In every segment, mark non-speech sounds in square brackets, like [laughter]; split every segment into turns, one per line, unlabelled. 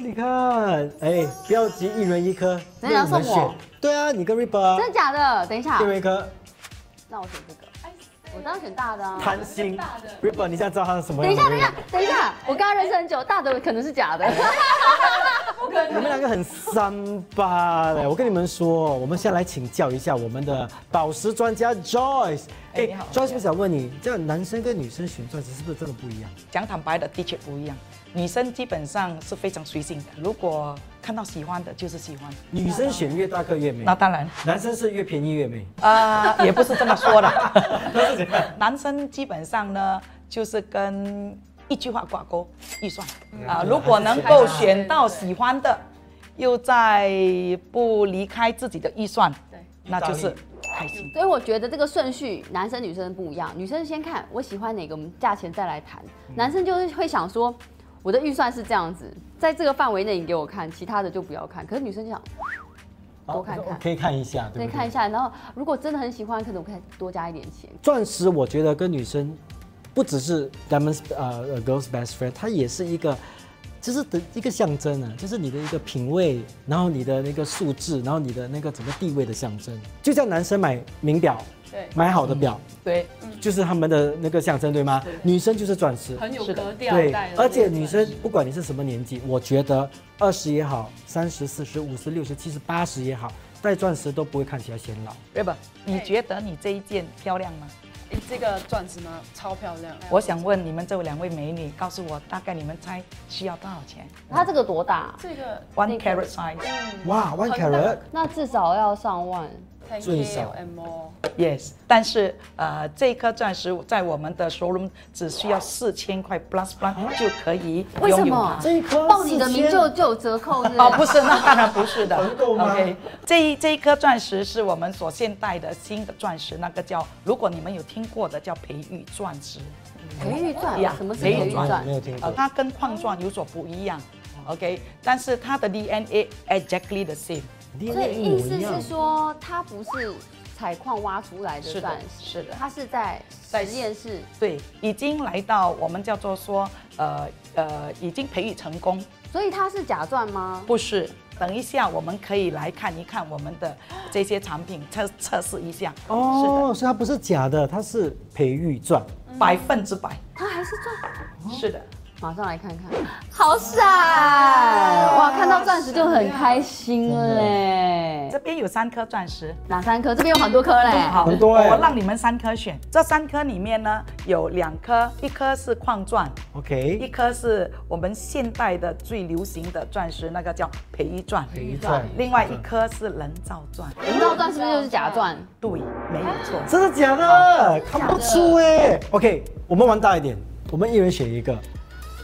本，哎，标级一人一颗，
那你要
任们
送我
选？对啊，你跟 Ripper 啊
真的假的？等一下
一，人一颗，
那我选这个，我当然选大的啊。
贪心，Ripper，你现在知道它是什么
等
样
一
的
下，等
味道
一下，等一下，我跟他认识很久，大的可能是假的。
[laughs]
你们两个很三八嘞！我跟你们说，我们先来请教一下我们的宝石专家 Joyce。
哎你好
j o y c e 我想问你，这样男生跟女生选钻石是不是真的不一样？
讲坦白的，的确不一样。女生基本上是非常随性的，如果看到喜欢的就是喜欢，
女生选越大颗越美，
那当然，
男生是越便宜越美。
呃，也不是这么说的。
那是怎样？
男生基本上呢，就是跟一句话挂钩预算啊、如果能够选到喜欢的，又在不离开自己的预算，
对
那就是开心。
所以我觉得这个顺序，男生女生不一样。女生先看我喜欢哪个，我们价钱再来谈。
嗯
男生就是会想说，我的预算是这样子，在这个范围内你给我看，其他的就不要看。可是女生就想多看看
可以看一下，对
对
不
看一
对？
下，然后如果真的很喜欢，可能我可以多加一点钱。
嗯
钻石我觉得跟女生不只是 diamonds 呃呃 girls best friend，它也是一个。就是的一个象征啊，就是你的一个品味，然后你的那个素质，然后你的那个整个地位的象征。就像男生买名表，
对，嗯
买好的表，
对，
嗯
就是他们的那个象征，对吗？女生就是钻石，
很有
是的
格调，
对
戴，了
而且
那个
女生不管你是什么年纪，我觉得二十也好，三十、四十、五十、六十、七十、八十也好，戴钻石都不会看起来显老。
r i b e r 你觉得你这一件漂亮吗？
诶哎这个钻石呢，超漂亮。
我想问你们这两位美女，告诉我大概你们猜需要多少钱
他这个多大？
这个嗯
？One carat size。
哇，one
很大
carat，
那至少要上万。
10K
最少
M O，
Yes，但是呃，这一颗钻石在我们的 showroom 只需要四千块 plus plus 就可以
啊为什
拥有
么
它
这一颗
报你的名就
4000
就有折扣是不是？
哦，不是，那当然不是的。
团购吗
OK，这一这一颗钻石是我们所现代的新的钻石，那个叫，如果你们有听过的叫培育钻石，
培育钻
哎呀，
什么是
没有
培育
赚
钻
没？有听
呃
过，，
它跟矿钻有所不一样。OK，但
嗯
是它的 DNA exactly the same。
所以意思是
说，
说，它不是采矿挖出来
是
的
的
钻石，
是的
它是在
在
实验室。
对，已经来到我们叫做说，呃呃，已经培育成功，
所以它是假钻吗？
不是。等一下，我们可以来看一看我们的这些产品，测测试一下。
哦，所以它不是假的，它是培育钻。
是
嗯
的，百分之百。
它还是钻。
是的，
哦
马上来看看，好闪！
啊
哇，看到钻石就很开心嘞。
这边有三颗钻石，
哪三颗？这边有很多颗嘞。
好，
很多欸
我让你们三颗选。这三颗里面呢，有两颗，一颗是矿钻，一
OK，
颗是我们现代的最流行的钻石，那个叫培育钻。
培育钻
另外一颗是人造钻。
人造钻是不是就是假钻？
对，没有错。
真的哦假的？看不出哎。OK，我们玩大一点，我们一人选一个，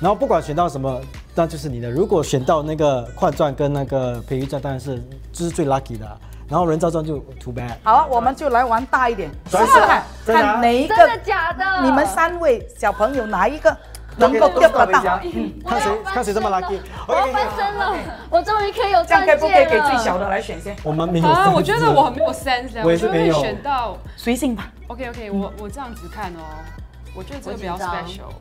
然后不管选到什么，那就是你的。如果选到那个矿钻跟那个培育钻，当然是这、就是最 lucky 的啊。然后人造钻就 too bad。
好啊，我们就来玩大一点，试
钻石
试看，
真的啊
看哪一
真
个
的假的？
你们三位小朋友哪一个能够 get 得到？嗯
看谁看谁这么 lucky。 [laughs]
我要翻身了，我终于可以有
这样
钻戒
可
了。
以不可以给最小的来选先？
我们没有
啊，
三
我觉
只
得我很没有 sense 嘞，
我也是
就
没
会
有
选到
随性吧。
OK OK，我我这样子看哦，我觉得这个比较
我紧张
special。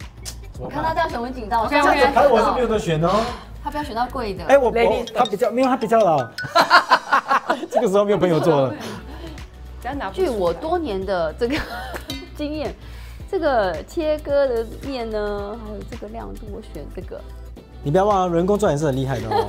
怎么
我
办
看到这样选，我很紧张。我说
OK，OK
这样
哎，我是
选
没有得选哦。
他不要选到贵的。
哎，我
Lady
我他比较没有，他比较
[laughs]
老。这个时候没有朋友做了。
只要拿不出
据
来
我多年的这个 [laughs] 经验，这个切割的面呢，还有这个亮度，我选这个。
你不要忘了，人工钻也是很厉害的哦。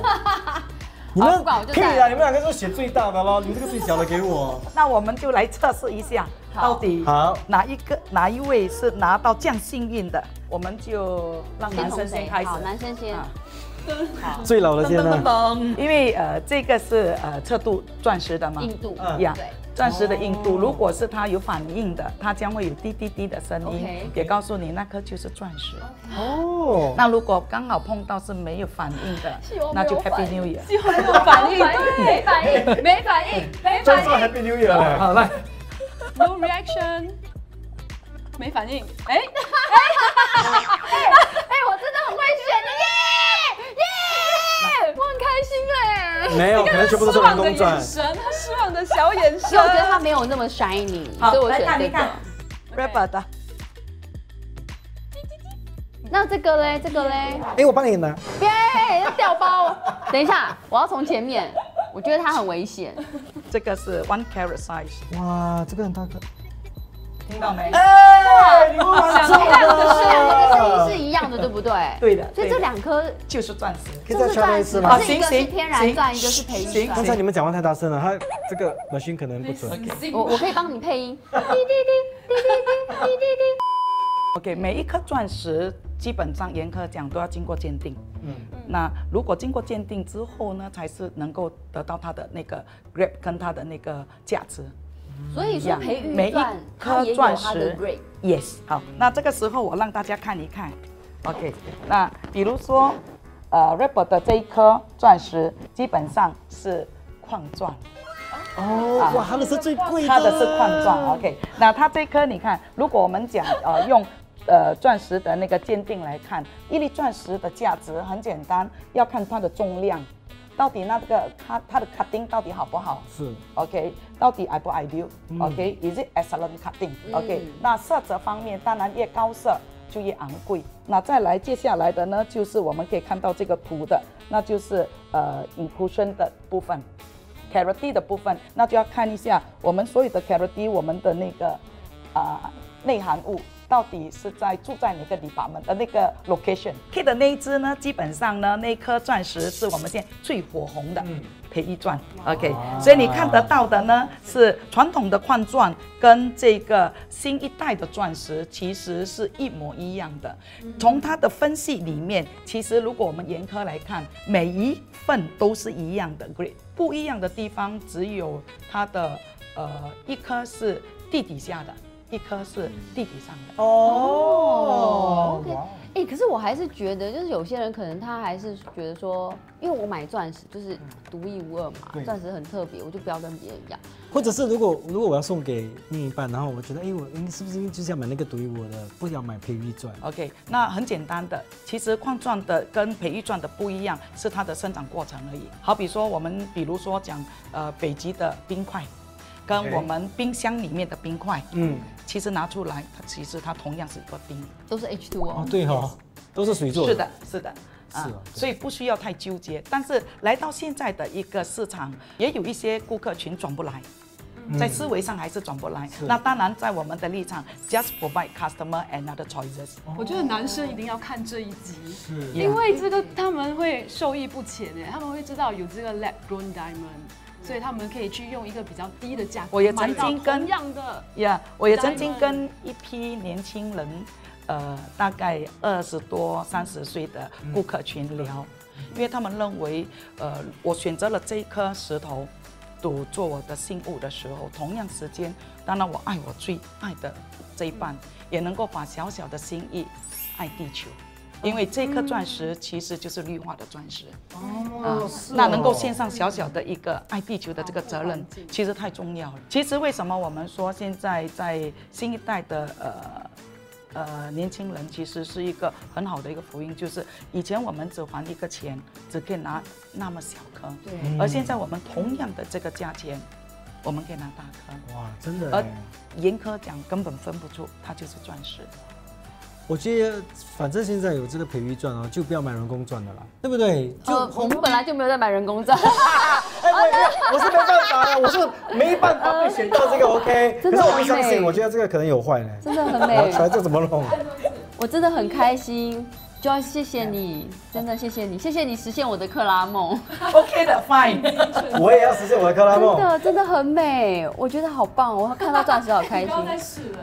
[laughs]
你
好不管我就
屁
带
啦！
了
你们两个就选最大的咯，你们这个最小的给
[laughs]
我。
那我们就来测试一下，到底
好
哪一个哪一位是拿到这样幸运的？我们就让啊男生先开始
好，。男生先。
啊
最老的
噔
先
噔噔
呢？
噔，因为呃，这个是呃测度钻石的嘛，
印度
嗯
呀
对，哦
钻石的硬度，如果是它有反应的，它将会有滴滴滴的声音
OK，
也告诉你那颗就是钻石。
哦，
那如果刚好碰到是没有反应的
希望，没 [laughs]
那
有
就 Happy
反应
New
[laughs]
Year。
反应
哎
没反应，没反应，
嗯
没
这算 Happy New Year
[laughs]
了。
好了，
no reaction，没反应。哎，
哎，我真的很会选耶耶，我很开心嘞。
没有，哦可能全部都是人
的
工钻
眼。神，他失望的小眼
所以我觉得
神。
它没有那么 shining，
好
所以我
来
选
看
这
一
个
看。Rapper 的
那这个嘞，这个嘞，
哎，我帮你拿。
别要掉包。等一下，我要从前面。我觉得它很危险。
这个是 one carat size，
哇，这个很大个。
听到没？
哎，你不玩
这两个是两个的声音
错
是
了。
一样的，对不对？
对的
所以
对
这
的
两颗
就是钻石。
可以
就
再
是
敲多一
钻
次
石
吗
嘛，可？是一个
行
是
行
天然
行
钻，一个是培育
行
刚
钻。
才你们讲话太大声了，他这个 machine 可能不准。
我我可以帮你配音，滴滴滴滴滴滴滴滴滴。
OK，每一颗钻石基本上严苛讲都要经过鉴定。
嗯
那如果经过鉴定之后呢，才是能够得到它的那个 grade 跟它的那个价值。
所以说培
每
育
一
钻，它也
颗
有
钻
它的
石
grade。
，yes，好，嗯那这个时候我让大家看一看，OK，那比如说，呃 r a b e r 的这一颗钻石基本上是矿钻，
啊
哦，哇，他的是最贵的。
它的是矿钻，OK，那它这颗你看，如果我们讲呃用。呃，钻石的那个鉴定来看，一粒钻石的价值很简单，要看它的重量，到底那个它它的 cutting 到底好不好？
是
OK，到底 i 不 ideal？OK，is、it excellent cutting？OK，、那色泽方面，当然越高色就越昂贵。那再来接下来的呢，就是我们可以看到这个图的，那就是呃 inclusion 的部分 c a r a t 的部分，那就要看一下我们所有的 c a r a t 我们的那个啊、内含物。到底是在住在哪个 department 的那个 location K 的那一只呢？基本上呢，那颗钻石是我们现在最火红的培育钻。OK，所以你看得到的呢是传统的矿钻跟这个新一代的钻石其实是一模一样的。从它的分析里面，其实如果我们严苛来看，每一份都是一样的 grade，不一样的地方只有它的呃一颗是地底下的，一颗是地底上的。
哦
OK，哎、可是我还是觉得，就是有些人可能他还是觉得说，因为我买钻石就是独一无二嘛
嗯对，
钻石很特别，我就不要跟别人一样。
或者是如果如果我要送给另一半，然后我觉得，哎，我应该是不是就是要买那个独一无二的，不要买培育钻？
OK，那很简单的，其实矿钻的跟培育钻的不一样，是它的生长过程而已。好比说我们比如说讲呃北极的冰块，跟
OK
我们冰箱里面的冰块，
嗯，
其实拿出来，它其实它同样是一个冰。
都是 H2O，、
哦，对哦，都是水做
是的，是的。啊
是啊对
所以不需要太纠结。但是来到现在的一个市场，也有一些顾客群转不来，
嗯
在思维上还是转不来。那当然，在我们的立场，just provide customer another choices。
哦
我觉得男生一定要看这一集，
啊
是
因为这个他们会受益不浅哎，他们会知道有这个 lab grown diamond，所以他们可以去用一个比较低的价格
嗯我也
买
曾
到
经跟
同样的，
呀、我也曾
Diamond
经跟一批年轻人，呃，大概二十多、三十岁的顾客群聊，因为他们认为，呃，我选择了这一颗石头，赌做我的信物的时候，同样时间，当然我爱我最爱的这一半，也能够把小小的心意爱地球。因为这颗钻石其实就是绿化的钻石，
哦，是
啊那能够
哦
献上小小的一个爱地球的这个责任，其实太重要了。其实为什么我们说现在在新一代的呃呃年轻人，其实是一个很好的一个福音，就是以前我们只还一个钱，只可以拿那么小颗，
对，
而现在我们同样的这个价钱，我们可以拿大颗。
哇，真的
而
耶。
严苛讲，根本分不出它就是钻石。
我觉得反正现在有这个培育钻哦，就不要买人工钻的啦，对不对？就
呃，我们本来就没有在买人工钻，
哎，我
[laughs]
我我是没办法的，我是没办法会选到这个 OK。可
真
是
的
我不
很
相
美
信，我觉得这个可能有坏呢。
真的很
拿
美
出，来这怎么弄？
我真的很开心。Joy，谢谢你，
哎
真的谢谢你，谢谢你实现我的克拉梦，
OK 的，Fine。
我也要实现我的克拉
真
梦。
的真的很美，我觉得好棒，我看到钻石好开 [laughs]
不
心。
要再试了，